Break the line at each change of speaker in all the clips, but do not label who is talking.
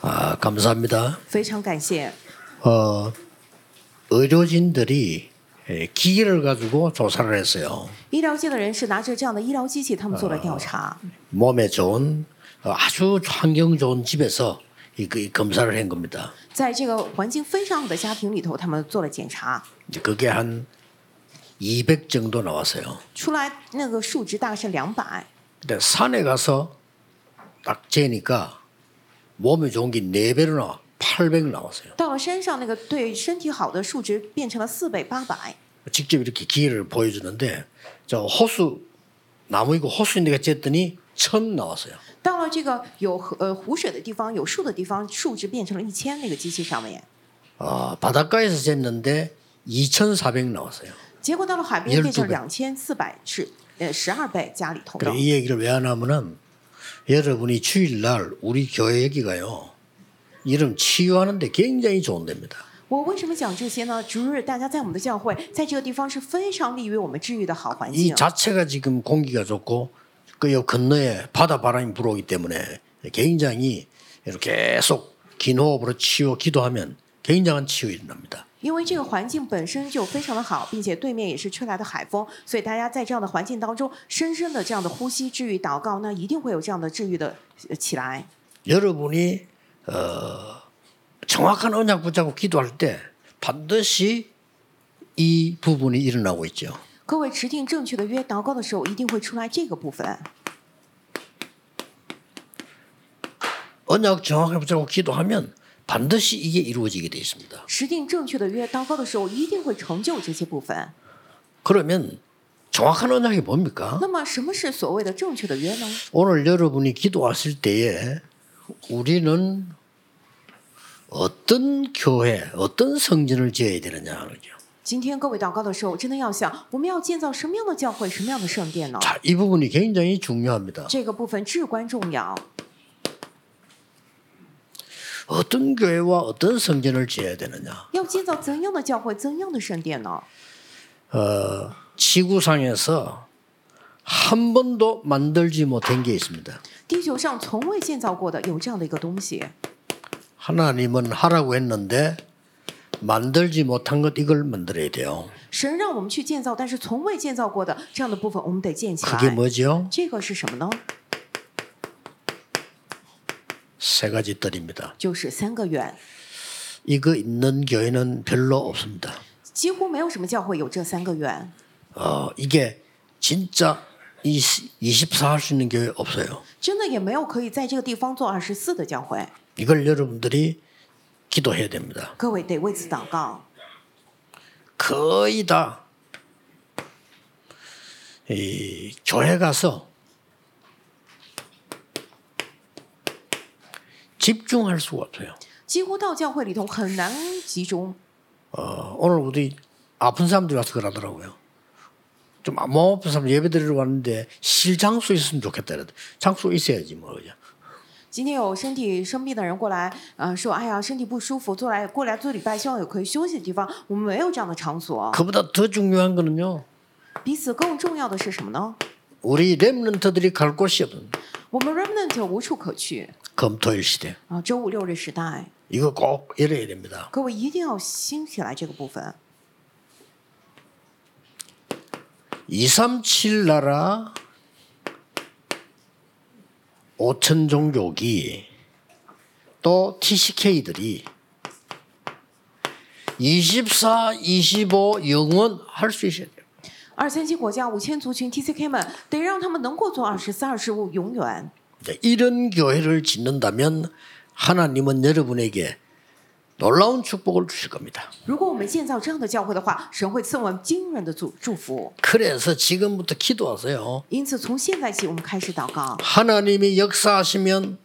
아, 감사합니다.
非常感谢。
어, 의료진들이 에, 기계를 가지고 조사를 했어요.
医疗界的人士拿着这样的医疗机器，他们做了调查，
몸에 좋은 어, 아주 환경 좋은 집에서 이, 그- 이 검사를 한 겁니다.
在这个环境非常好的家庭里头，他们做了检查，
그게 한 200 정도 나왔어요.
出来那个数值大概是两百。
근데 산에 가서 딱 재니까 몸에 좋은 게 4배로 나와. 800 나왔어요.
到了山上，那个对身体好的数值变成了四百、八百。
직접 이렇게 기계를 보여주는데 저 호수 나무 이고 호수인데가 쟀더니 1000 나왔어요.
到了这个有河呃湖水的地方，有树的地方，数值变成了一千。那个机器上面，
아, 바닷가에서 쟀는데 2,400 나왔어요.
结果到了海边
12
变成
倍
两千四百是呃十二倍家里头的
그래, 。이 얘기를 왜 하냐면은 여러분이 주일날 우리 교회 여기가요. 이런 치유하는데 굉장히 좋은 데입니다.
我为什么讲这些呢？主日大家在我们的教会，在这个地方是非常利于我们治愈的好环
이
境。
자체가 지금 공기가 좋고 그옆 건너에 바다 바람이 불어오기 때문에 굉장히 이렇게 계속 긴 호흡으로 치유 기도하면 굉장한 치유 일어납니다.
因为这个环境本身就非常的好，并且对面也是吹来的海风，所以大家在这样的环境当中，深深的这样的呼吸治愈祷告，那一定会有这样的治愈的呃起来。
여러분이 어, 정확한 언약 붙잡고 기도할 때 반드시 이 부분이 일어나고 있죠.
各位持定正确的约祷告的时候，一定会出来这个部分。
언약 정확하게 붙잡고 기도하면 반드시 이게 이루어지게 되어 있습니다.
持定正确的约祷告的时候，一定会成就这些部分。
그러면 정확한 언약이 뭡니까?
那么，什么是所谓的正确的约呢？
오늘 여러분이 기도하실 때에 우리는 어떤 교회, 어떤 성전을 지어야 되느냐 하는 거죠.
今天各位祷告的时候，真的要想，我们要建造什么样的教会，什么样的圣殿呢？
자, 이 부분이 굉장히 중요합니다.
这个部分至关重要。
어떤 교회와 어떤 성전을 지어야 되느냐.
要建造怎样的教会，怎样的圣殿呢？
어, 지구상에서 한 번도 만들지 못한 게 있습니다.
地球上从未建造过的有这样的一个东西，
하나님은 하라고 했는데 만들지 못한 것 이걸 만들어야 돼요.
神让我们去建造，但是从未建造过的这样的部分，我们得建起
그게
来。
뭐죠?
这个是什么呢？
세 가지 뜰입니다.
就是三个愿，
이거 있는 교회는 별로 없습니다.
几乎没有什么教会有这三个愿。
어, 이게 진짜 24 할 수 있는 교회 없어요.
真的也没有可以在这个地方做二十四的教会，
이걸 여러분들이 기도해야 됩니다.
各位得为此祷告。
거의 다, 이, 교회 가서 집중할 수가 없어요.
几乎到教会里头很难集中。
어, 오늘 우리 아픈 사람들 와서 그러더라고요. 좀 몸 아픈 사람 예배 드리러 왔는데 실 장소 있으면 좋겠다. 그래요. 장소 있어야지 뭐. 그죠?
今天有身体生病的人过来，呃，说哎呀身体不舒服，过来过来做礼拜，希望有可以休息的地方。我们没有这样的场所。
그보다 더 중요한 거는요.
彼此更重要的是什么呢？
우리 렘런트들이 갈 곳이 없는
我们 remnant 无处可去
검토일 시대.
啊！周五六日时代，
이거 꼭 이래야 됩니다.
各位一定要兴起来这个部分。
237 나라 5천 종족이 또 TCK들이 24, 25 영원 할 수 있어야 돼요.
二三七国家五千族群 TCK 们，得让他们能够做二十四、二十五，永远。
이제 이런 교회를 짓는다면 하나님은 여러분에게 놀라운 축복을 주실 겁니다.
如果我们建造这样的教会的话，神会赐我们惊人的祝祝福。
그래서 지금부터 기도하세요.
因此，从现在起，我们开始祷告。
하나님이 역사하시면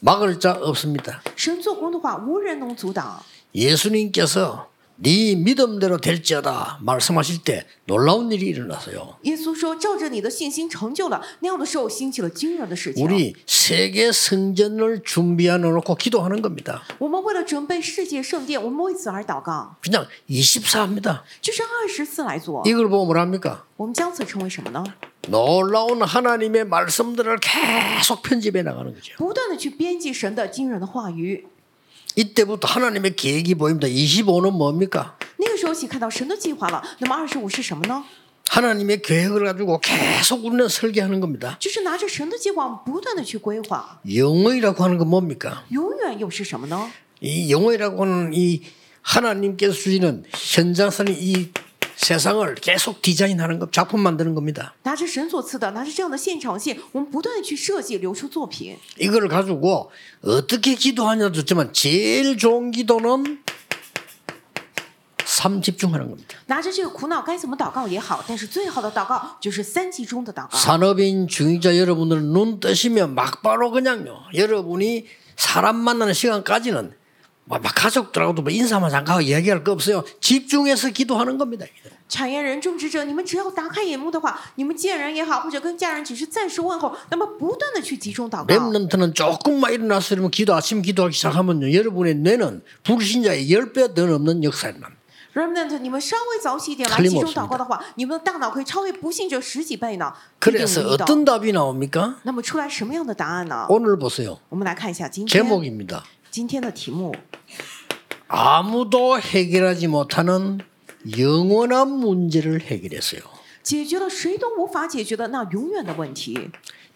막을 자 없습니다.
神做工的话，无人能阻挡。
예수님께서 네 믿음대로 될지어다 말씀하실 때 놀라운 일이 일어났어요.
耶稣说：“照着你的信心成就了。”那样的时候，兴起了惊人的事情。
우리 세계 성전을 준비하는 놓고 기도하는 겁니다.
我们为了准备世界圣殿，我们为此而祷告，
그냥 24입니다.
就是二十次来做。
이걸 보면 뭐랍니까?
我们将此称为什么呢？
놀라운 하나님의 말씀들을 계속 편집해 나가는 거죠.
不断的去编辑神的惊人的话语。
이때부터 하나님의 계획이 보입니다. 25는 뭡니까?
那个时候起看到神的计划了。那么二十五是什么呢？
하나님의 계획을 가지고 계속 우리는 설계하는 겁니다.
就是拿着神的计划，不断的去规划。
영어이라고 하는 건 뭡니까?
永远又是什么呢？
이 영어이라고 하는 이 하나님께서 주시는 현장선이 이 세상을 계속 디자인하는 것, 작품 만드는 겁니다.
拿着神所赐的，拿着这样的现场线，我们不断的去设计、流出作品。
이걸 가지고 어떻게 기도하냐도 좋지만 제일 좋은 기도는 삼 집중하는 겁니다.
拿着这个苦恼该怎么祷告也好，但是最好的祷告就是三集中的祷告。
산업인 중위자 여러분들 눈 뜨시면 막바로 그냥요. 여러분이 사람 만나는 시간까지는 막 가족들하고도 뭐 인사만 잠깐 하고 얘기할 거 없어요. 집중해서 기도하는 겁니다.
产业人、种植者，你们只要打开眼目的话，你们见人也好，或者跟家人只是暂时问候，那么不断的去集中祷告。
렘넌트는 조금만 일어나서 이러면 기도 아침 기도하기 시작하면요. 여러분의 뇌는 불신자의 10배 더 넘는 역사에 납니다.
Remnant，你们稍微早起一点来
틀림없습니다
集中祷告的话，你们的大脑可以超越不信者十几倍呢。一定
그래서
无疑的。
어떤 답이 나옵니까?
那么出来什么样的答案呢？
오늘 보세요.
我们来看一下今天
제목입니다.
今天的题目：
아무도 해결하지 못하는 영원한 문제를 해결했어요.
解决了谁都无法解决的那永远的问题。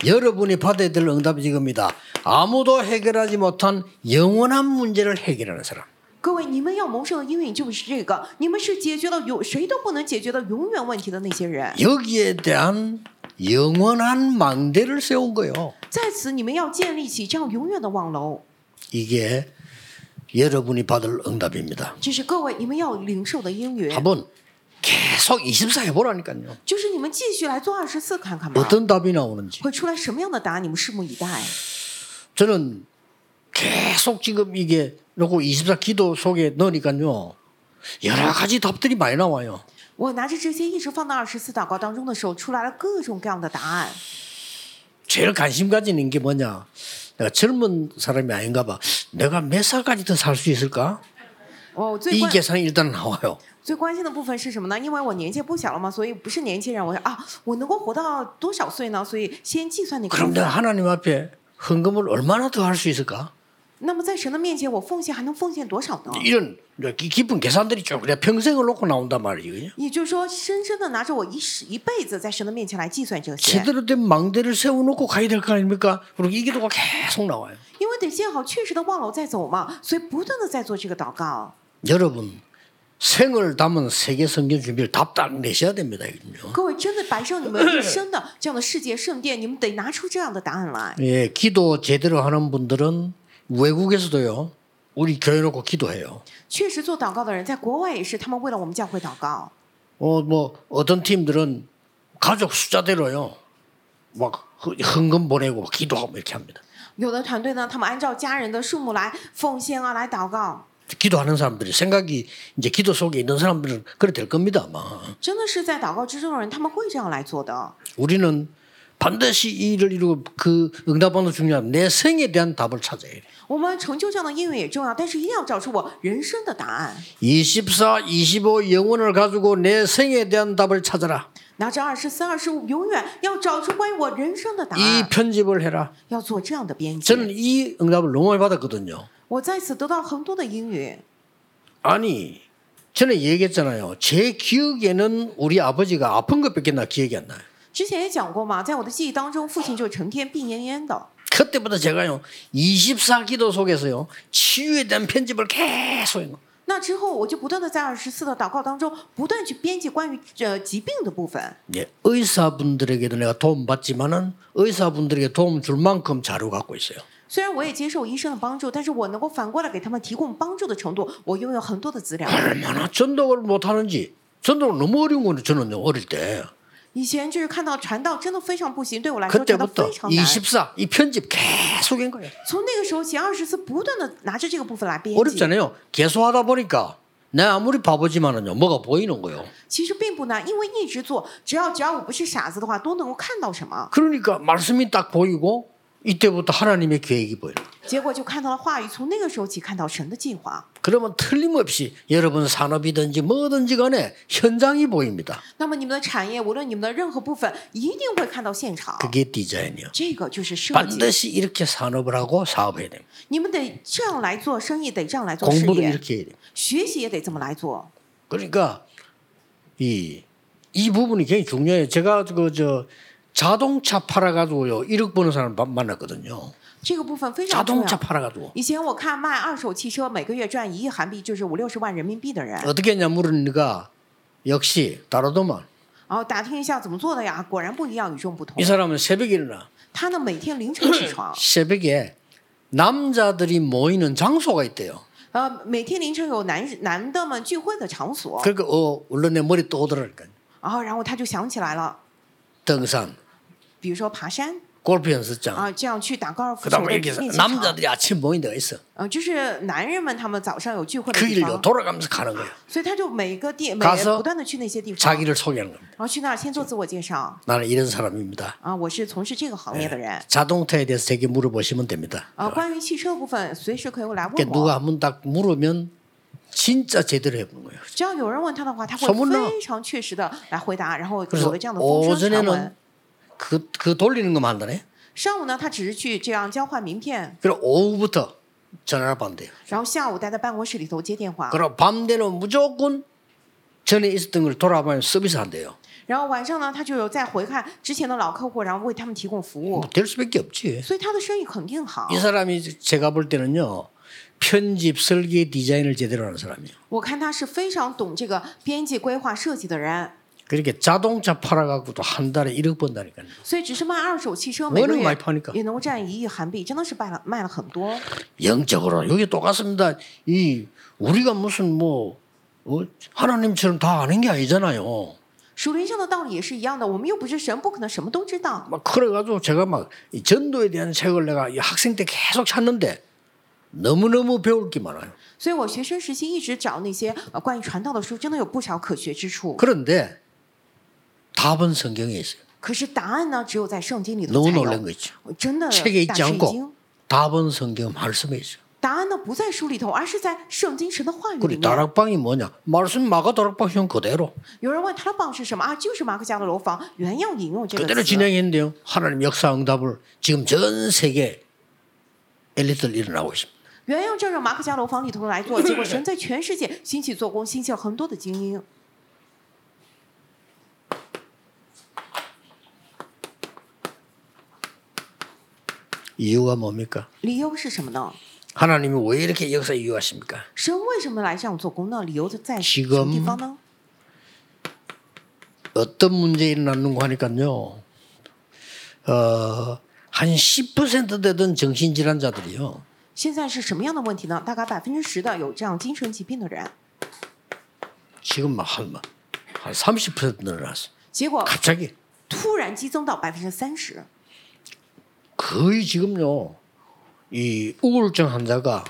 여러분이 받아야 될 응답이 지금입니다. 아무도 해결하지 못한 영원한 문제를 해결하는 사람.
各位，你们要蒙受的应允就是这个，你们是解决了永谁都不能解决的永远问题的那些人。
여기에 대한 영원한 망대를 세운 거예요.
在此，你们要建立起这样永远的望楼，
이게 여러분이 받을 응답입니다.
这是各位你们要领受的应允。
한번 계속 24 해보라니까요.
就是你们继续来做二十次看看吧，
어떤 답이 나오는지.
会出来什么样的答案？你们拭目以待。
저는 계속 지금 이게 놓고 24 기도 속에 넣으니까요. 여러 가지 답들이 많이 나와요.
我拿着这些一直放到二十次祷告当中的时候，出来了各种各样的答案。
제일 관심 가지는 게 뭐냐. 내가 젊은 사람이 아닌가 봐. 내가 몇 살까지 더 살 수 있을까?
哦，最
이
关
계산이 일단 나와요.
最关心的部分是什么呢？因为我年纪不小了嘛，所以不是年轻人，我想啊，我能够活到多少岁呢？所以先计算那个
그럼
部
내가
分。
하나님 앞에 헌금을 얼마나 더 할 수 있을까?
那么在神的面前，我奉献还能奉献多少呢？
이런 기- 깊은 계산들이 쭉 내가 평생을 놓고 나온단 말이에요.
也就是说，深深的拿着我一世一辈子在神的面前来计算这些，
제대로 된 망대를 세워놓고 가야 될 거 아닙니까? 그리고 이 기도가 계속 나와요.
因为得建好确实的望楼再走嘛，所以不断的在做这个祷告。
여러분 생을 담은 세계 성경 준비를 답답 내셔야 됩니다. 이건요.
各位真的摆上你们一生的这样的世界圣殿，你们得拿出这样的答案来。
예, 기도 제대로 하는 분들은 외국에서도요. 우리 교회 놓고 기도해요.
确实做祷告的人，在国外也是，他们为了我们教会祷告。
어, 뭐 어떤 팀들은 가족 숫자대로요. 막 헌- 헌금 보내고 기도하고 이렇게 합니다.
有的团队呢，他们按照家人的数目来奉献啊，来祷告。
기도하는 사람들이 생각이 이제 기도 속에 있는 사람들은 그래 될 겁니다. 아마
真的是在祷告之中的人，他们会这样来做的。
우리는 반드시 이 일을 이루고 그 응답하는 중요한 내 생에 대한 답을 찾아야 돼.
我们成就这样的应允也重要，但是一定要找出我人生的答案。
24, 25 영혼을 가지고 내 생에 대한 답을 찾아라.
拿着二十四、二十五，永远要找出关于我人生的答
이
案，
편집을 해라.
要做这样的编辑。
저는 이 응답을 너무 많이 받았거든요.
我在此得到很多的英语。
아니, 전에 얘기했잖아요. 제 기억에는 우리 아버지가 아픈 것밖에 나 기억이 안 나요.
之前也讲过嘛，在我的记忆当中，父亲就成天病恹恹的。
그때부터 제가요, 24 기도 속에서요, 치유에 대한 편집을 계속 해요.
那之后，我就不断的在二十四的祷告当中，不断去编辑关于呃疾病的部分。
예, 의사분들에게도 내가 도움 받지만은 의사분들에게 도움 줄 만큼 자료 갖고 있어요.
虽然我也接受医生的帮助，但是我能够反过来给他们提供帮助的程度，我拥有很多的资料。
얼마나 전도를 못하는지 전도를 너무 어려운 건데 저는요 어릴 때
以前就是看到传道真的非常不行，对我来说传道
그때부터
非常难。
24, 이 편집 계속인 거예요.
从那个时候起，二十次不断的拿着这个部分来编辑，
어렵잖아요. 계속하다 보니까 내가 아무리 바보지만은요, 뭐가 보이는 거예요.
其实并不难，因为一直做，只要只要我不是傻子的话，都能够看到什么。
그러니까 말씀이 딱 보이고 이때부터 하나님의 계획이 보여요.
结果就看到了话语，从那个时候起看到神的计划。
그러면 틀림없이 여러분 산업이든지 뭐든지 간에 현장이 보입니다.
那么你们的产业，无论你们的任何部分，一定会看到现场。
그게 디자인이요.
这个就是设计，
반드시 이렇게 산업을 하고 사업해야 됩니다.
你们得这样来做生意，得这样来做事
공부도
业，
이렇게 해야 됩니다.
学习也得这么来做。
그러니까 이, 이 부분이 굉장히 중요해요. 제가 그 저 자동차 팔아가지고요. 1억 버는 사람 만- 만났거든요.
这个部分非常重
자동차
要。
팔아가지고
以前我看卖二手汽车每个月赚一亿韩币，就是五六十万人民币的人，
어떻게 했냐 물으니까 역시 다르더만
然后打听一下怎么做的呀，果然不一样，与众不同
이 。 사람은 새벽에 일어나
他呢每天凌晨 起床，
새벽에 남자들이 모이는 장소가 있대요.
呃，每天凌晨有男男的们聚会的场所，
그러니까 어 얼른 내 머리 떠오더라니까
然后然后他就想起来了，
등산,
比如说爬山
골프 연습장.
啊，这样去打高尔夫球的
그다음에
练
이렇게
习场，
남자들이 아침 모인 데가 있어.
呃，就是男人们他们早上有聚会的
그
地
일로
方，
돌아가면서 가는 거예요.
所以他就每个地每
가서
不断的去那些地方，
자기를 소개하는 겁니다.
然后去那儿先做自我介绍
나는 이런 사람입니다.
啊，我是从事这个行业的
哎
人
자동차에 대해서 되게 물어보시면 됩니다.
啊，关于汽车部分随时可以来问
그러니까
我，
누가 한 번 딱 물으면 진짜 제대로 해보는 거예요.
只要有人问他的话，他
소문
会
나
非常确实的来回答，然后
그래서
有了这样的风声传闻
오전에는 。 그, 그 돌리는 것만 한다네.
上午呢，他只是去这样交换名片，
그리고 오후부터 전화를 받는대요.
然后下午待在办公室里头接电话，
그리고 밤되면 무조건 전에 있었던 걸 돌아보면 서비스 한대요.
然后晚上呢，他就有再回看之前的老客户，然后为他们提供服务
뭐，될 수밖에 없지.
所以他的生意肯定好
이 。 사람이 제가 볼 때는요. 편집, 설계, 디자인을 제대로 하는 사람이에요.
我看他是非常懂这个编辑、规划、设计的人，
그렇게 자동차 팔아갖고도 한 달에 1억 번다니까요.
所以只是卖二手汽车，每个
我能买
月
跑你个
也能够赚一亿韩币，真的是卖了卖了很多。
영적으로 여기 똑같습니다. 이 우리가 무슨 뭐 어? 하나님처럼 다 아는 게 아니잖아요.
属灵上的道理也是一样的，我们又不是神，不可能什么都知道。
막 그래가지고 제가 막 이 전도에 대한 책을 내가 이 학생 때 계속 찾는데 너무너무 배울 게 많아요.
所以我学生时期一直找那些呃关于传道的书，真的有不少可学之处。
그런데 답은 성경에 있어요.
可是答案呢，只有在圣经里头
너무
才
놀란
有
거 。 있죠.
我真的大吃
책에
一
있지 않고
惊。
답은 성경 말씀에 있어요.
答案呢不在书里头，而是在圣经神的话语里
그리고
面。
다락방이 뭐냐? 말씀 마가 다락방 형 그대로
有人问他的棒是什么啊？就是马可家的楼房，原样引用这
그대로
个词。
진행했는데요. 하나님 역사 응답을 지금 전 세계 엘리트들 일어나고 있습니다.
原样照着马可家楼房里头来做，结果神在全世界兴起做工，兴起了很多的精英。
이유가 뭡니까?
理由是什么呢？
하나님이 왜 이렇게 역사 이유하십니까?
神为什么来这样做工呢？理由在
지금
什么地方呢？
어떤 문제 일어났는고 하니까요. 어, 한 10% 되던 정신질환자들이요.
现在是什么样的问题呢？大概百分之十的有这样精神疾病的人，
지금 막한30% 늘어났어요.
结果
갑자기
突然激增到百分之三十，
거의 지금요. 이 우울증 환자가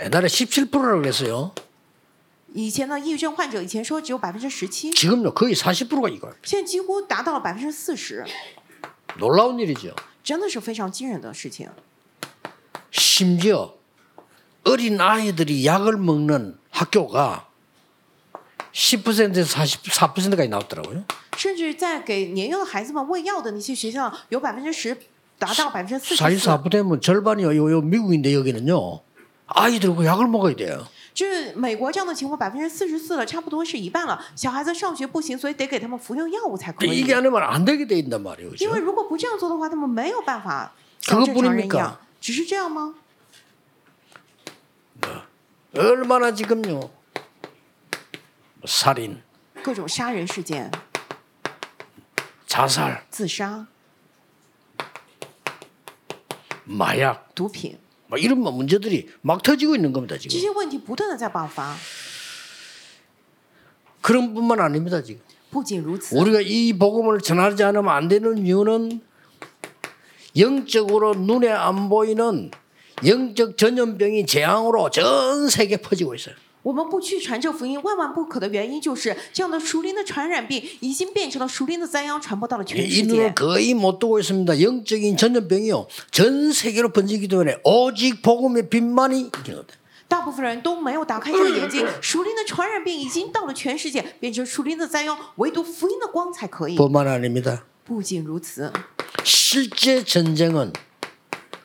옛날에 17%라고 그랬어요.
以前呢，抑郁症患者以前说只有百分之十七，
지금요. 거의 40%가 이거예요.
现在几乎达到了百分之四十，
놀라운 일이죠.
真的是非常惊人的事情。
심지어 어린 아이들이 약을 먹는 학교가 10%에서 44%까지 나왔더라고요.
甚至在给年幼的孩子们喂药的那些学校，有百分之十达到百分之四十四，
44%면 절반이요. 요, 요 미국인데 여기는요. 아이들 그 약을 먹어야 돼요.
就是美国这样的情况百分之四十四了，差不多是一半了。小孩子上学不行，所以得给他们服用药物才可以
이게 。안 되면 안 되게 돼 있단 말이에요.
因
그죠?
为如果不这样做的话，他们没有办法像正常人一样。只是这样吗？
얼마나 지금요. 뭐 살인,
各种杀人事件、
자살,
自杀、
마약,
毒品
뭐 이런 뭐 문제들이 막 터지고 있는 겁니다.
这
지금.
些问题不断的在爆发。
그런 뿐만 아닙니다. 지금.
不仅如此，
우리가 이 복음을 전하지 않으면 안 되는 이유는 영적으로 눈에 안 보이는 영적 전염병이 재앙으로 전 세계 퍼지고 있어요.
我们不去传这福音，万万不可的原因就是这样的熟龄的传染病已经变成了熟龄的灾殃，传播到了
예,
全世
이 눈을
界。
거의 못 뜨고 있습니다. 영적인 전염병이요. 전 세계로 번지기 때문에 오직 복음의 빛만이 이기는 겁니다.
大部分人都没有打开这个眼睛，熟龄的传染病已经到了全世界，变成熟龄的灾殃，唯独福音的光才可以。
뿐만 아닙니다.
不仅如此，
실제 전쟁은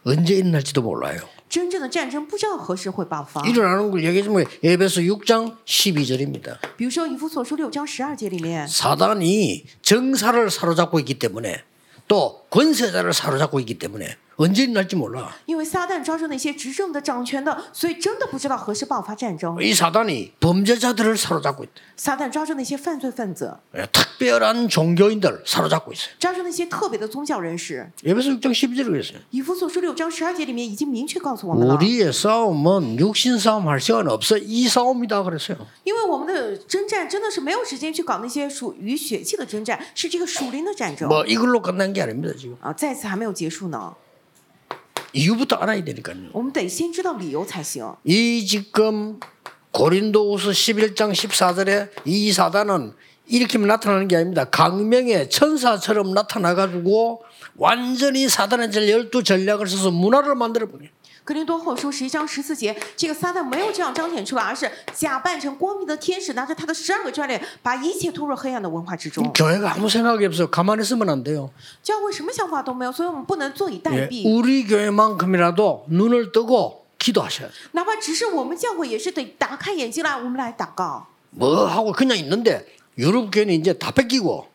언제 일어날지도 몰라요.
真正的战争不知道何时会爆发。
일어나는 걸 얘기해 주면 에베소 6장 12절입니다.
比如说《以弗所书》六章十二节里面，
사단이 정사를 사로잡고 있기 때문에 또 권세자를 사로잡고 있기 때문에 언제 일어날지 몰라.
因为撒旦抓住那些执政的、掌权的，所以真的不知道何时爆发战争。
이 사단이 범죄자들을 사로잡고 있다.
撒旦抓住那些犯罪分子，
예, 특별한 종교인들 사로잡고 있어요.
抓住那些特别的宗教人士。
에베소 6장 12절에 그랬어요.
以弗所书六章十二节里面已经明确告诉我们了，
우리의 싸움은 육신 싸움 할 시간 없어 이 싸움이다 그랬어요.
因为我们的征战真的是没有时间去搞那些属于血气的征战，是这个属灵的战争
뭐 이걸로 끝난 게 아닙니다 지금.
啊。再次还没有结束呢，
이유부터 알아야 되니까요.
我们得先知道理由才行。
이 지금 고린도후서 11장 14절에 이 사단은 이렇게 나타나는 게 아닙니다. 강명의 천사처럼 나타나가지고 완전히 사단의 전 열두 전략을 써서 문화를 만들어버려요.
格林多后书十一章十四节，这个撒旦没有这样彰显出来，而是假扮成光明的天使，拿着他的十二个专列，把一切拖入黑暗的文化之中。
교회가 아무 생각이 없어요. 가만히 있으면 안 돼요.
教会什么想法都没有，所以我们不能坐以待
예,
毙。
우리 교회만큼이라도 눈을 뜨고 기도하셔야 돼요.
哪怕只是我们教会，也是得打开眼睛来，我们来祷告。
뭐 하고 그냥 있는데 유럽 교회는 이제 다 뺏기고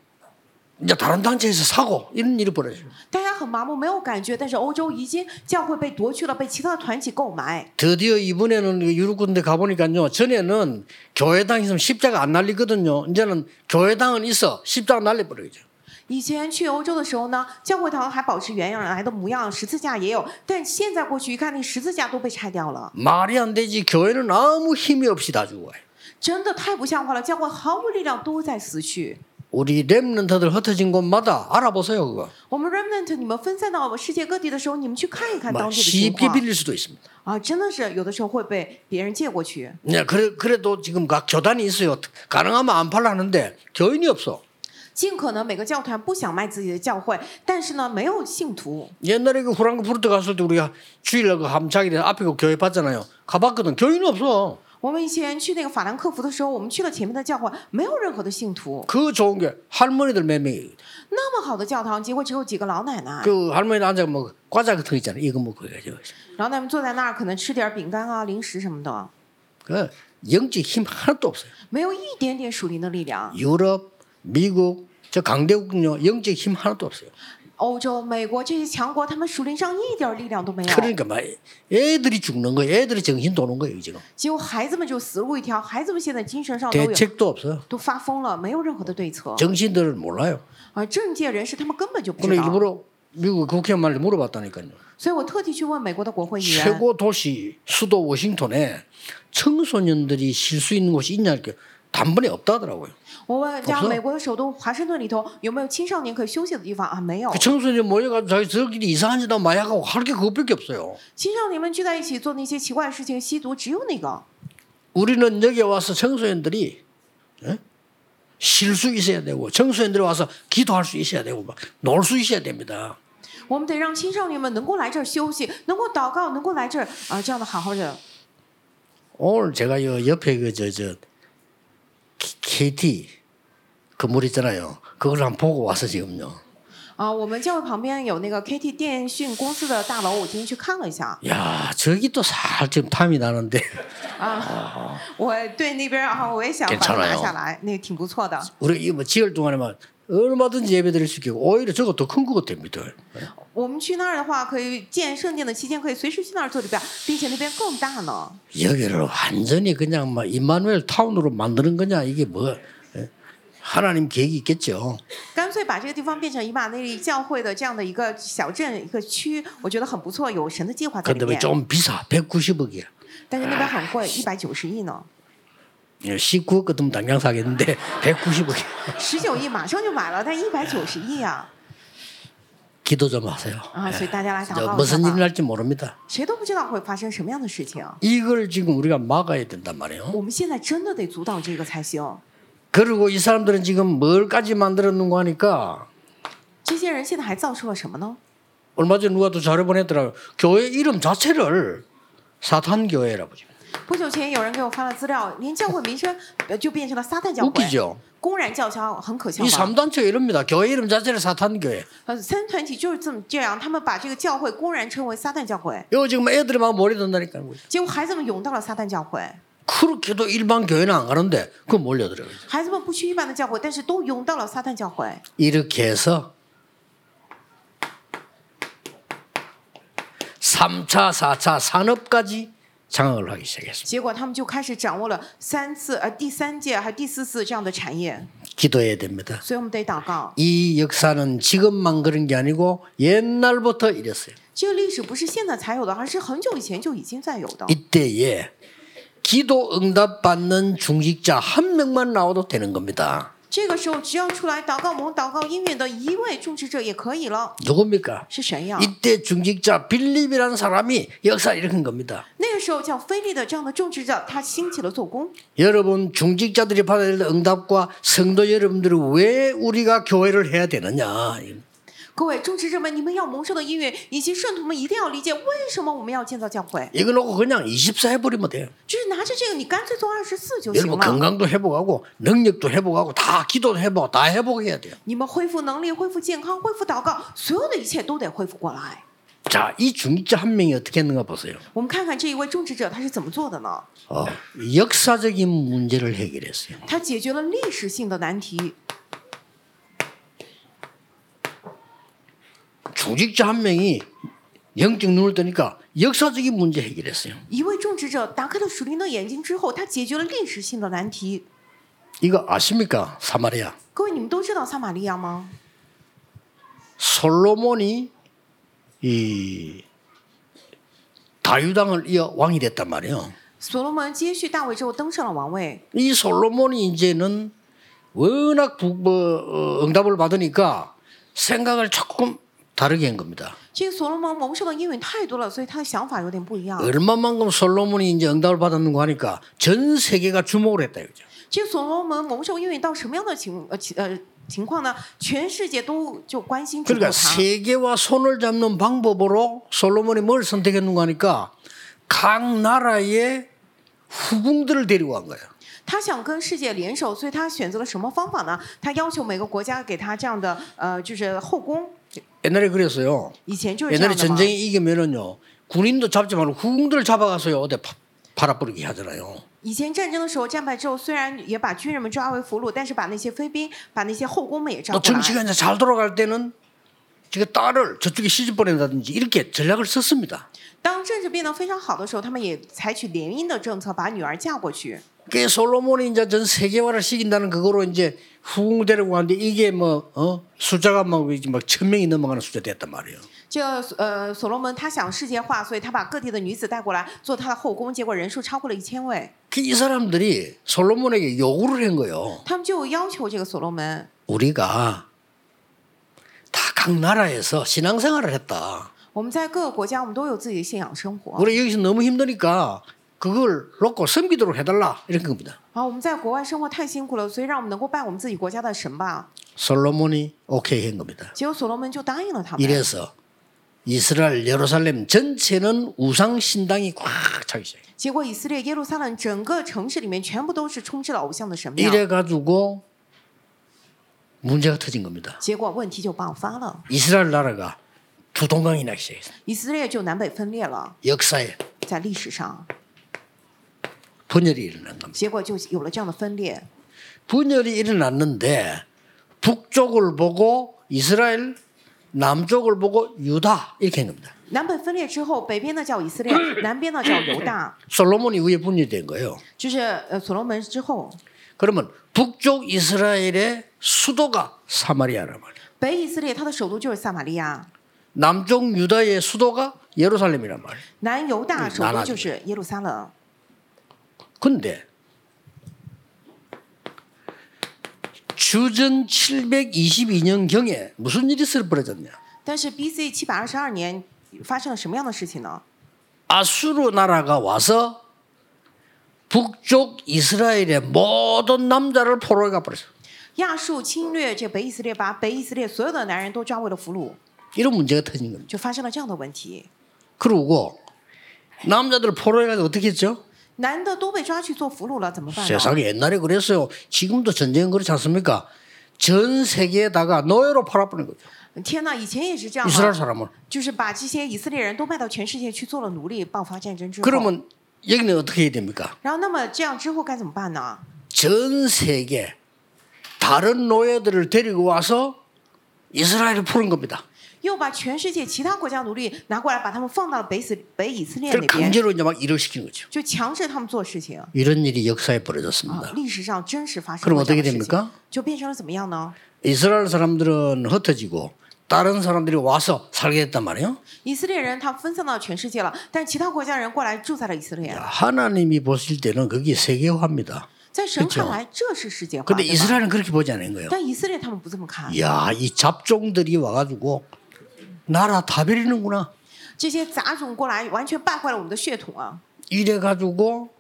이제 다른 단체에서 사고 이런 일이 벌어져요.
大家很麻木，没有感觉，但是欧洲已经教会被夺去了，被其他的团体购买。
드디어 이번에는 유럽 군데 가보니까요. 전에는 교회당 있으면 십자가 안 날리거든요. 이제는 교회당은 있어 십자가 날려버리죠.
以前去欧洲的时候呢，教会堂还保持原样来的模样，十字架也有，但现在过去一看，那十字架都被拆掉了，
말이 안 되지. 교회는 아무 힘이 없이 다 죽어요.
真的太不像话了。教会毫无力量，都在死去。
우리 랩런터들 흩어진 곳마다 알아보세요 그거.
我们 remnant，你们分散到世界各地的时候，你们去看一看当
막
地的情
쉽게
况
빌릴 수도 있습니다.
啊，真的是有的时候会被别人借过去。
네, 그래, 그래도 지금 각 교단이 있어요. 가능하면 안 팔라는데 교인이 없어.
尽可能每个教团不想卖自己的教会，但是呢，没有信徒。
옛날에 그 프랑크푸르트 갔을 때 우리가 주일날 그 함창이 앞에 그 교회 봤잖아요. 가봤거든. 교인이 없어.
我们以前去那个法兰克福的时候，我们去了前面的教会，没有任何的信徒。
그 좋은 게 할머니들 몇 명이
那么好的教堂，结果只有几个老奶奶，
그 할머니도 앉아 뭐 과자 같은 거 있잖아요. 이거 먹고 해가지고
老奶奶们坐在那儿，可能吃点饼干啊、零食什么的，
그 영적 힘 하나도 없어요.
没有一点点属灵的力量。
유럽, 미국 저 강대국은요 영적 힘 하나도 없어요.
欧洲、美国这些强国，他们属灵上一点力量都没有，
그러니까 막 애들이 죽는 거예요. 애들이 정신 도는 거예요 지금.
结果孩子们就死路一条，孩子们现在精神上都有。
대책도 없어요.
都发疯了，没有任何的对策。
정신들을 몰라요.
而政界人士他们根本就不
근데
知道，
일부러 미국 국회의원한테 물어봤다니까요.
所以我特地去问美国的国会议员，
최고 도시 수도 워싱턴에 청소년들이 쉴 수 있는 곳이 있냐 이렇게 단번에 없다더라고요.
我问
不
像
是
美国的首都华盛顿里头有没有青少年可以休息的地方啊？没有
그 ， 청소년 모여가지고 자기 저끼리 이상한 짓 하고 마약하고 할 게 그것밖에 없어요.
青少年们聚在一起做那些奇怪的事情，吸毒只有那个。
우리는 여기 와서 청소년들이 예? 쉴 수 있어야 되고 청소년들이 와서 기도할 수 있어야 되고 놀 수 있어야 됩니다.
我们得让青少年们能够来这儿休息，能够祷告，能够来这儿啊，这样的好好的。
오늘 제가 이 옆에 그저저 KT 그 건물 있잖아요. 그걸 한번 보고 와서 지금요.
啊，我们教会旁边有那个 KT 电讯公司的大楼，我今天去看了一下
야 저기 또 살 지금 탐이 나는데
啊，我对那边啊，我也想把它拿下来，那挺不错的。
우리 이뭐 지을 동안에만 얼마든지 예배드릴 수 있고 오히려 저거 더 큰 것 됩니다.
我们去那儿的话，可以建圣殿的期间可以随时去那儿做礼拜，并且那边更大呢。
여기를 완전히 그냥 막 임마누엘 타운으로 만드는 거냐 이게 뭐 예? 하나님 계획이 있겠죠.
干脆把这个地方变成以马内利教会的这样的一个小镇一个区，我觉得很不错，有神的计划在
근데
里
왜
面。
좀 비싸? 190억이야.
但是那边很贵，一百九十亿呢，
19억 같으면 예, 당장 사겠는데 190억이야.
十九亿马上就买了，但一百九十亿啊！
기도 좀 하세요.
啊，所以大家来祷
저
告一
무슨
下
일
吧。
날지 모릅니다.
谁都不知道会发生什么样的事情，
이걸 지금 우리가 막아야 된단 말이에요.
我们现在真的得阻挡这个才行。
그리고 이 사람들은 지금 뭘까지 만들었는가 하니까
这些人现在还造出了什么呢？
얼마 전에 누가 또 자료 보냈더라. 교회 이름 자체를 사탄 교회라고. 지금.
不久前有人给我发了资料，连教会名称呃就变成了撒旦教会，
웃기죠.
公然叫嚣，很可笑
이
吧？
삼단체가 이럽니다. 교회 이름 자체를 사탄 교회.
呃，三团体就是这么这样，他们把这个教会公然称为撒旦教会，
이거 지금 애들이 막 몰려든다니까요.
结果孩子们涌到了撒旦教会，
그렇게도 일반 교회는 안 가는데 그 몰려들어요.
孩子们不去一般的教会，但是都涌到了撒旦教会。
이렇게 해서 3차, 4차 산업까지 장악을 하기 시작했습니다.
结果他们就开始掌握了三次呃第三届还第四次这样的产业，
기도해야 됩니다.
所以我们得祷告。
이 역사는 지금만 그런 게 아니고 옛날부터 이랬어요.
这个历史不是现在才有的，而是很久以前就已经在有的。
이때에 기도 응답 받는 중직자 한 명만 나와도 되는 겁니다.
这个时候只要出来祷告盟、祷告音乐的一位众持者也可以了，
누굽니까?
是谁呀？
이때 중직자 빌립이라는 사람이 역사를 일으킨 겁니다.
那个时候叫菲利的这样的众持者，他兴起了做工。
여러분 중직자들이 받아야 될 응답과 성도 여러분들이 왜 우리가 교회를 해야 되느냐.
各位众持者们，你们要蒙受的音乐以及圣徒们一定要理解，为什么我们要建造教会？
이거 놓고 그냥 24 해버리면 돼요.
就是拿着这个，你干脆做二十四就行
여러분
了。
건강도 회복하고 능력도 회복하고 다 기도도 회복하고 다 회복해야 돼요.
你们恢复能力、恢复健康、恢复祷告，所有的一切都得恢复过来。
자, 이 중직자 한 명이 어떻게 했는가 보세요.
我们看看这一位种植者他是怎么做的呢？
어, 역사적인 문제를 해결했어요.
他解决了历史性的难题。
중직자 한 명이 영적 눈을 뜨니까 역사적인 문제 해결했어요.
一位种植者打开了属灵的眼睛之后，他解决了历史性的难题。
이거 아십니까? 사마리아.
各位，你们都知道撒玛利亚吗？
솔로몬이 이 다윗왕을 이어 왕이 됐단 말이에요.
所罗门接续大卫之后登上了王位。
이 솔로몬이 이제는 워낙 부, 뭐, 어, 응답을 받으니까 생각을 조금 다르게 한 겁니다.
这个所罗门蒙受的应允太多了，所以他的想法有点不一样。
呃 얼마만큼 솔로몬이 이제 응답을 받았는가 하니까 전 세계가 주목을 했다 이거죠.
这个所罗门蒙受应允到什么样的情呃情呃情况呢？全世界都就关心注目
그러니까
他。
세계와 손을 잡는 방법으로 솔로몬이 뭘 선택했는가 하니까 각 나라의 후궁들을 데리고 간 거예요.
他想跟世界联手，所以他选择了什么方法呢？他要求每个国家给他这样的呃，就是后宫。
옛날에 그랬어요.
以前就是这
옛날에
样的嘛。
전쟁에 이기면은요 군인도 잡지 말고 후궁들을 잡아가서요 어디 파- 팔아버리게 하잖아요.
以前战争的时候，战败之后，虽然也把军人们抓为俘虏，但是把那些妃兵、把那些后宫们也抓
또
过来。
정치가 이제 잘 돌아갈 때는 지금 딸을 저쪽에 시집 보낸다든지 이렇게 전략을 썼습니다.
当政治变得非常好的时候，他们也采取联姻的政策，把女儿嫁过去。
그 솔로몬이 이제 전 세계화를 시킨다는 그거로 이제 후궁 데리고 왔는데 이게 뭐 어? 숫자가 막막천 명이 넘어가는 숫자 됐단 말이에요.
这呃，所罗门他想世界化，所以他把各地的女子带过来做他的后宫，结果人数超过了一千位。
그 이 사람들이 솔로몬에게 요구를 한 거예요.
他们就要求这个所罗门，
우리가 다 각 나라에서 신앙생활을 했다.
我们在各个国家，我们都有自己的信仰生活。
우리 여기서 너무 힘드니까 그걸 놓고 섬기도록 해달라 이런 겁니다.
啊，我们在国外生活太辛苦了，所以让我们能够拜我们自己国家的神吧。
솔로몬이 오케이 한 겁니다.
结果所罗门就答应了他们。
이래서 이스라엘 예루살렘 전체는 우상 신당이 꽉 차기 시작.
结果以色列耶路撒冷整个城市里面全部都是充斥了偶像的神庙，
이래 가지고 문제가 터진 겁니다.
结果问题就爆发了，
이스라엘 나라가 두 동강이 나기 시작했어요.
以色列就南北分裂了，
역사에
在历史上，
분열이 일어난 겁니다.
结果就有了这样的分裂。
분열이 일어났는데 북쪽을 보고 이스라엘 남쪽을 보고 유다 이렇게 한 겁니다.
南北分裂之后，北边的叫以色列，南边的叫犹大，
솔로몬이 위에 분열이 된 거예요.
就是呃所罗门之后，
그러면 북쪽 이스라엘의 수도가 사마리아란 말이에요.
北以色列它的首都就是撒玛利亚，
남쪽 유다의 수도가 예루살렘이란 말이에요.
南犹大
嗯
首
拿
都
了
就是耶路撒冷。
근데 주전 722년경에 무슨 일이 있어 벌어졌냐?
但是 B.C. 七百二十二年发生了什么样的事情呢？
아수르 나라가 와서 북쪽 이스라엘의 모든 남자를 포로에 가버렸어.
亚述侵略这北以色列，把北以色列所有的男人都抓为了俘虏，
이런 문제가 터진 겁니다.
就发生了这样的问题。
그리고 남자들 포로에 가서 어떻게 했죠?
男的都被抓去做俘虏了，怎么办呢？
세상에 옛날에 그랬어요. 지금도 전쟁은 그렇지 않습니까? 전 세계에다가 노예로 팔아버린 거죠.
天哪，以前也是这样
이스라엘
吗？
사람을.
就是把这些以色列人都卖到全世界去做了奴隶，爆发战争之后，
그러면 여기는 어떻게 해야 됩니까?
然后那么这样之后该怎么办呢？
전 세계 다른 노예들을 데리고 와서 이스라엘을 푸는 겁니다.
又把全世界其他国家奴隶拿过来，把他们放到北以北以色列
그걸
那边，
강제로 이제 막 일을 시키는 거죠.
就强制他们做事情。
이런 일이 역사에
啊
벌어졌습니다.
历史上真实发生
그럼
过这
어떻게
样的事情，
됩니까?
就变成了怎么样呢？
이스라엘 사람들은 흩어지고 다른 사람들이 와서 살게 됐단 말이에요.
以色列人他分散到全世界了，但其他国家人过来住在了以色列。
하나님이 보실 때는 그게 세계화입니다.
在神
그쵸
看来，这是世界化，
근데
对吧？
이스라엘은 그렇게 보지 않은 거예요.
但以色列他们不这么看，
이야, 이 잡종들이 와가지고 나라 다 베리는구나.
这些杂种过来完全败坏了我们的血统啊！
이래가지고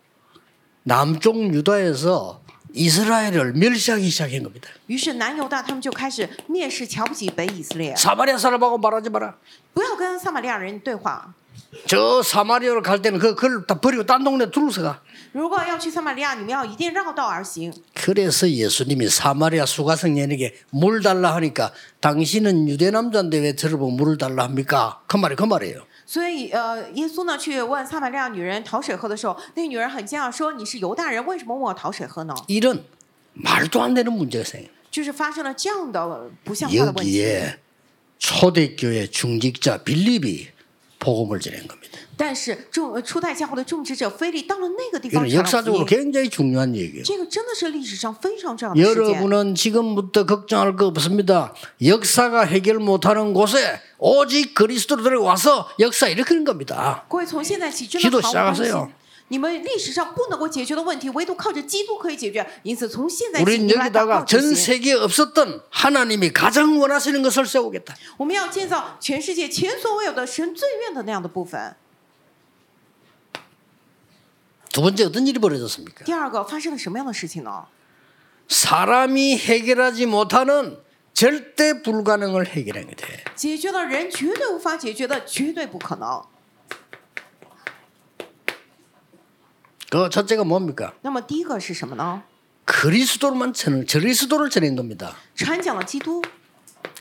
남쪽 유다에서 이스라엘을 멸시하기 시작한 겁니다.
于是南犹大他们就开始蔑视、瞧不起北以色列，
사마리아 사람하고 말하지 마라.
不要跟撒玛利亚人对话。
저 사마리아를 갈 때는 그, 그걸 다 버리고 딴 동네 둘러서 가.
如果要去撒玛利亚，你们要一定绕道而行。
그래서 예수님이 사마리아 수가성 여인에게 물 달라 하니까 당신은 유대 남자인데 왜 저를 보고 물을 달라 합니까? 그 말이 그 말이에요.
所以，呃，耶稣呢去问撒玛利亚女人讨水喝的时候，那个女人很惊讶说：“你是犹大人，为什么问我讨水喝呢？”
이런 말도 안 되는 문제가 생겨요.
就是发生了这样的不像话的问题。
여기에 초대교회 중직자 빌립이 복음을 전한 겁니다.
但是众呃初代教会的种植者菲利到了那个地方
이건
传了福
역사적으로
音，
굉장히 중요한 얘기예요.
这个真的是历史上非常重
아,
要的事件。
여러분은 지금부터 걱정할 거 없습니다. 역사가 해결 못하는 곳에 오직 그리스도들이 와서 역사 일으키는 겁니다.
各位，从现在起真
基督
的毫无
下
关
个世
系。你们历史上不能够解决的问题，唯独靠着基督可以解决。因此，从现在起，你
우린
们来祷告
여기다가
这
전
些。
세계에 없었던 하나님이 가장 원하시는 것을 세우겠다.
我们要建造全世界前所未有的神最愿的那样的部分。
두 번째 어떤 일이 벌어졌습니까?
第二个，发生了什么样的事情呢？
사람이 해결하지 못하는 절대 불가능을 해결하게 돼.
解决了人绝对无法解决的，绝对不可能。
그 첫째가 뭡니까?
那么第一个是什么呢？
그리스도로만 전는 그리스도를 전한 겁니다.
传讲了基督，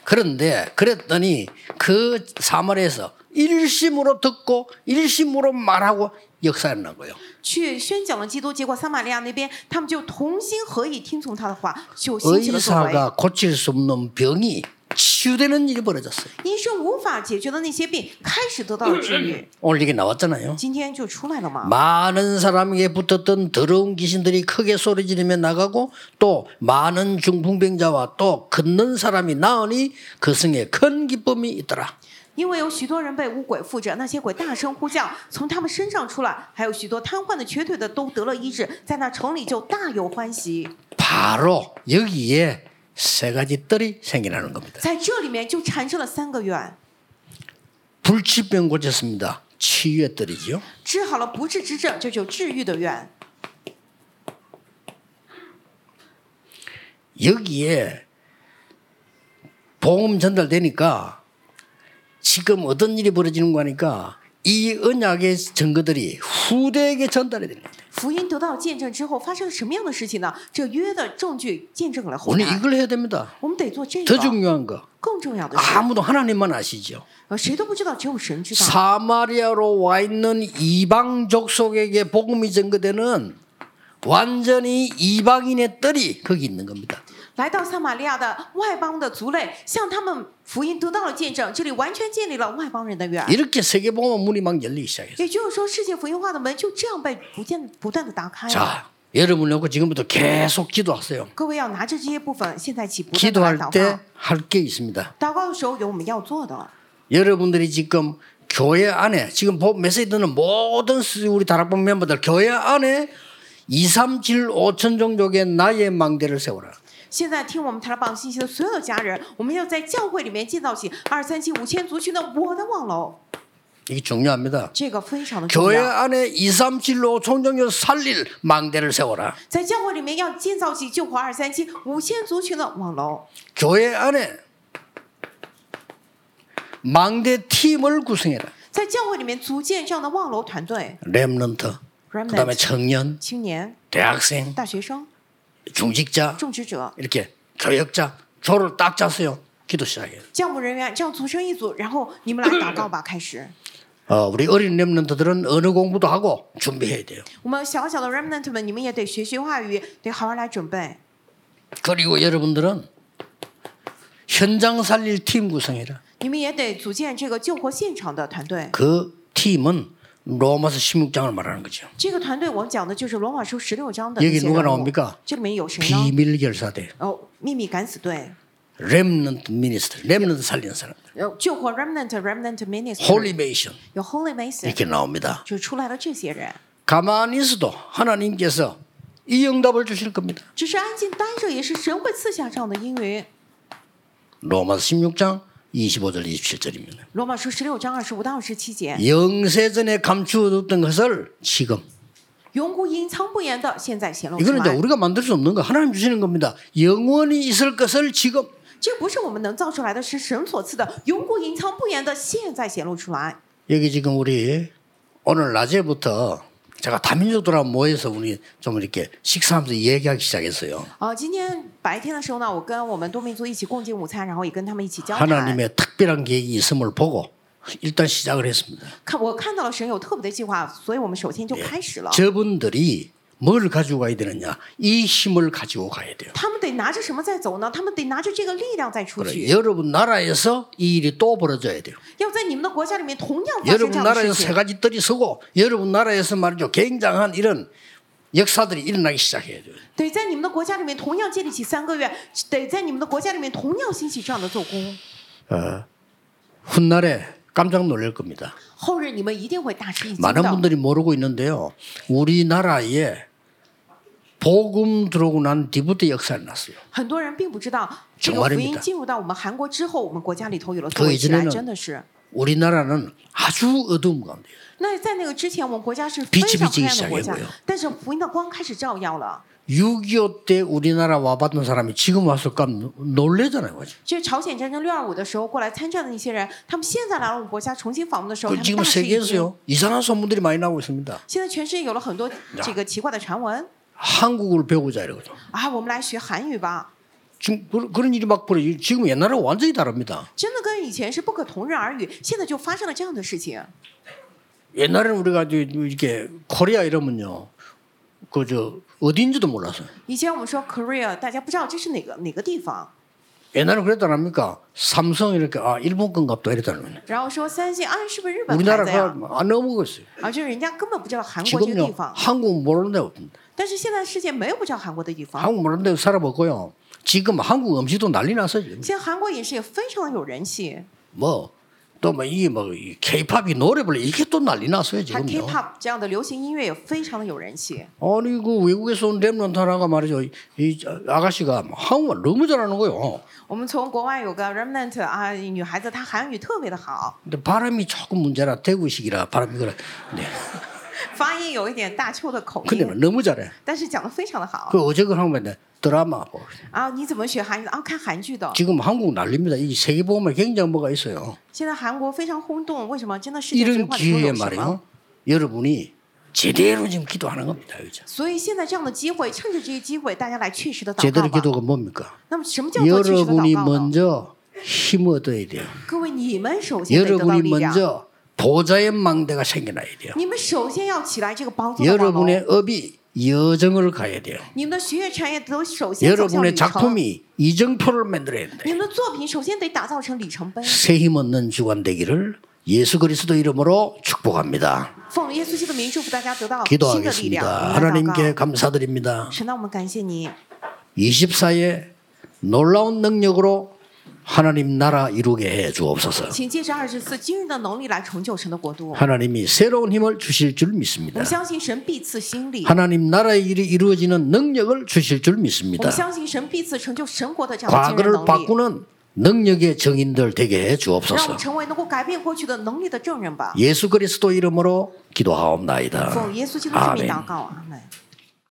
그런데 그랬더니 그 사마리에서 일심으로 듣고 일심으로 말하고 역사가 난 거예요.
去宣讲了基督，结果撒玛利亚那边他们就同心合意听从他的话，就兴起了作为。
의사가 고칠 수 없는 병이 치유되는 일이 벌어졌어요.
医生无法解决的那些病，开始得到了治愈。
오늘 이게 나왔잖아요.
今天就出来了嘛？
많은 사람에게 붙었던 더러운 귀신들이 크게 소리 지르며 나가고 또 많은 중풍병자와 또 걷는 사람이 나으니 그 성에 큰 기쁨이 있더라.
因为有许多人被污鬼附着，那些鬼大声呼叫，从他们身上出来；还有许多瘫痪的、瘸腿的都得了医治，在那城里就大有欢喜。
바로 여기에 세 가지 뜰이 생겨나는 겁니다.
在这里面就产生了三个愿，
불치병 고쳤습니다. 치유의 뜰이지요.
治好了不治之症，这就治愈的愿。
여기에 복음 전달되니까 지금 어떤 일이 벌어지는 거니까 이 언약의 증거들이 후대에게 전달이 됩니다.
福音得到见证之后，发生了什么样的事情呢？这约的证据见证了后
오늘
来。
이걸 해야 됩니다.
我们得做这
더
个。
중요한 거
更重要的是，
아무도 하나님만 아시죠.
呃，谁都不知道，只有神知道。
사마리아로 와 있는 이방 족속에게 복음이 전거되는 완전히 이방인의 뜰이 거기 있는 겁니다.
来到撒玛利亚的外邦的族类，向他们福音得到了见证，这里完全建立了外邦人的愿。
이렇게 세계 복음 문이 막 열리기 시작했어요.
也就是说，世界福音化的门就这样被不见不断的打开了。
자, 여러분 놓고 지금부터 계속 기도하세요.
各位要拿着这些部分，现在起不断的来
기도할
祷
때
告。
할 게 있습니다.
祷告的时候有我们要做的。
여러분들이 지금 교회 안에 지금 보- 메시지 듣는 모든 수- 우리 다락방 멤버들 교회 안에 2, 3, 7, 5천 종족의 나의 망대를 세워라.
现在听我们台拉榜信息的所有的家人，我们要在教会里面建造起二三七五千族群的我的网楼，
이게 중요합니다.
这个非常的重
교회
要。
안에 2, 3, 7로 총정교 살릴 망대를 세워라.
在教会里面要建造起救活二三七五千族群的网楼，
교회 안에 망대 팀을 구성해라.
在教会里面组建这样的网楼团队
렘넌트, 그다음에
，remnant
청년,
青年、
대학생,
大学生、
중직자
种植者、
이렇게 조역자 조를 딱 짰어요. 기도 시작해요.
教牧人员，这样组成一组，然后你们来祷告吧，开始。
어, 우리 어린 렘넌트들은 언어 공부도 하고 준비해야 돼요.
我们小小的 remnant 们，你们也得学学话语，得好好来准备。
그리고 여러분들은 현장 살릴 팀 구성해라.
你们也得组建这个救活现场的团队。
그 팀은 로마서 16장을 말하는 거죠.
这个团队我们讲的就是罗马书十六章的
여기
一些人
누가
物。
나옵니까?
这里面有
네.
谁呢？
비밀 결사대,
哦，秘密敢死队，
렘넌트 미니스트, 렘넌트 살리는 사람,
有救活 remnant remnant ministry，
홀리베이션
有 holy mason，
이렇게 나옵니다.
就出来了这些人。
네. 가만히 있어도 하나님께서 이 응답을 주실 겁니다.
只是安静待着，也是神会赐下这样的应允。
로마서 16장 25절 27절입니다.
罗马书十六章二十五到二十七节，
영세전에 감추어뒀던 것을 지금
永固因仓不严的，现在显露出
이거는 이제
来。
우리가 만들 수 없는 거 하나님 주시는 겁니다. 영원히 있을 것을 지금
这不是我们能造出来的，是神所赐的，永固隐藏不言的，现在显露出来。
여기 지금 우리 오늘 낮에부터 제가 다민족들하고 모여서 우리 좀 이렇게 식사하면서 얘기하기 시작했어요.
啊，今天白天的时候呢，我跟我们多民族一起共进午餐，然后也跟他们一起交谈。
하나님의 특별한 계획이 있음을 보고 일단 시작을 했습니다.
看我看到了神有特别的计划，所以我们首先就开始了。
저분들이 뭘 가지고 가야 되느냐? 이 힘을 가지고 가야 돼요.
他们得拿着什么再走呢？他们得拿着这个力量再出
그래,
去，
여러분 나라에서 이 일이 또 벌어져야 돼요.
要在你们的国家里面同样发生这
여러분
样的事
나라에서 세
情。
가지 뜰이 서고 여러분 나라에서 말이죠 굉장한 이런 역사들이 일어나기 시작해야 돼요.
得在你们的国家里面同样建立起三个月，得在你们的国家里面同样兴起这样的做工。
어, 훗날에 깜짝 놀랄 겁니다.
后日你们一定会大吃一惊
많은
的。
분들이 모르고 있는데요. 우리나라에 복음 들어오고 난 뒤부터 역사를 났어요.
很多人并不知道，这个
정말입니다
福音进入到我们韩国之后，我们国家里头有了
그
作为起来，真的是。
우리나라는 아주 어두운 가운데요.
那在那个之前，我们国家是非常黑暗的国家
빛이빛이시작했고요 ，
但是福音的光开始照耀了。
6.25 때 우리나라 와봤던 사람이 지금 와서 깜 놀래잖아요. 그죠?
就是朝鲜战争六二五的时候过来参战的那些人，他们现在来了我们国家重新访问的时候，
그
他们
지금
大吃一惊。
세계에서요 이상한 소문들이 많이 나오고 있습니다.
现在全世界有了很多这个奇怪的传闻
한국을 배우자 이러거든요.
啊，我们来学韩语吧，
지금 그- 그런 일이 막 벌어요. 지금 옛날하고 완전히 다릅니다.
真的跟以前是不可同日而语。现在就发生了这样的事情。
옛날에는 우리가 이제 이렇게 코리아 이러면요 그 저 어디인지도 몰랐어요.
以前我们说 Korea，大家不知道这是哪个哪个地方，
옛날에 그랬다 합니까? 삼성 이렇게 아 일본 건가 보다 이랬다는 거예요.
然后说三星，啊是不是日本牌子呀？
우리나라가 안 넘어갔어요.
啊，就是人家根本不知道韩国这个地
지금요
方，
한국 모르는 데 없습니다.
但是现在世界没有不知道韩国的地方。
한국 모르는 데 살아보고요. 지금 한국 음식도 난리 났어요. 지금.
现在韩国饮食也非常的有人气，
뭐 또뭐이뭐 K-팝이 노래를 이렇게 또 난리 났어요
还
지금요.
K-pop 这样的流行音乐也非常的有人气。
아니 그 외국에서 온 랩런트 하나가 말이죠. 이 아가씨가 뭐 한국말 너무 잘하는 거예요.
我们从国外有个 remnant 啊，女孩子她韩语特别的好，
근데 바람이 조금 문제라 대구식이라 바람이 그래. 네.
发音有一点大邱的口
근데 뭐
音，
너무 잘해.
但是讲的非常的好。
그 어제 그 한번 내 드라마 뭐.
啊，你怎么学韩语的？啊，看韩剧的。
지금 한국 난립니다. 이 세계 보험에 굉장히 뭐가 있어요.
现在韩国非常轰动，为什么？真的世界最
이런
坏的都
기회에
有什么？
말이요. 여러분이 제대로 지금 기도하는 겁니다. 그죠?
所以现在这样的机会，趁着这些机会，大家来确实的祷
제대로
告吧。
기도가 뭡니까?
那么什么叫做确实的
여러분이
祷告呢？
먼저 힘 얻어야 돼요.
各位，你们首先得得到
여러분이
力量，
먼저 보좌의 망대가 생겨나야 돼요.
你们首先要起来这个宝座的网络
여러분의 업이 여정을 가야 돼요.
你们的学业产业都首先走向旅
여러분의
程，
작품이 이정표를 만들어야 된다.
你们的作品首先得打造成里程碑。
새 힘 얻는 주간 되기를 예수 그리스도 이름으로 축복합니다.
奉耶稣基督的名祝福大家得到新的力量。
기도하겠습니다.
我们来祷
하나님께
告
감사드립니다.
神啊，我们感谢你，
24에 놀라운 능력으로 하나님 나라 이루게 해 주옵소서.
请借着二十四今日的能力来成就神的国度。
하나님이 새로운 힘을 주실 줄
我
믿습니다.
们相信神必赐新力，
하나님 나라의 일이 이루어지는 능력을 주실 줄
我
믿습니다.
们相信神必赐成就神国的这样的惊
과거를
人能力，
바꾸는 능력의 증인들 되게 해
让我们
주옵소서.
成为能够改变过去的能力的证人吧。
예수 그리스도 이름으로 기도하옵나이다.
奉耶稣基督之名
아멘.
祷告，阿门。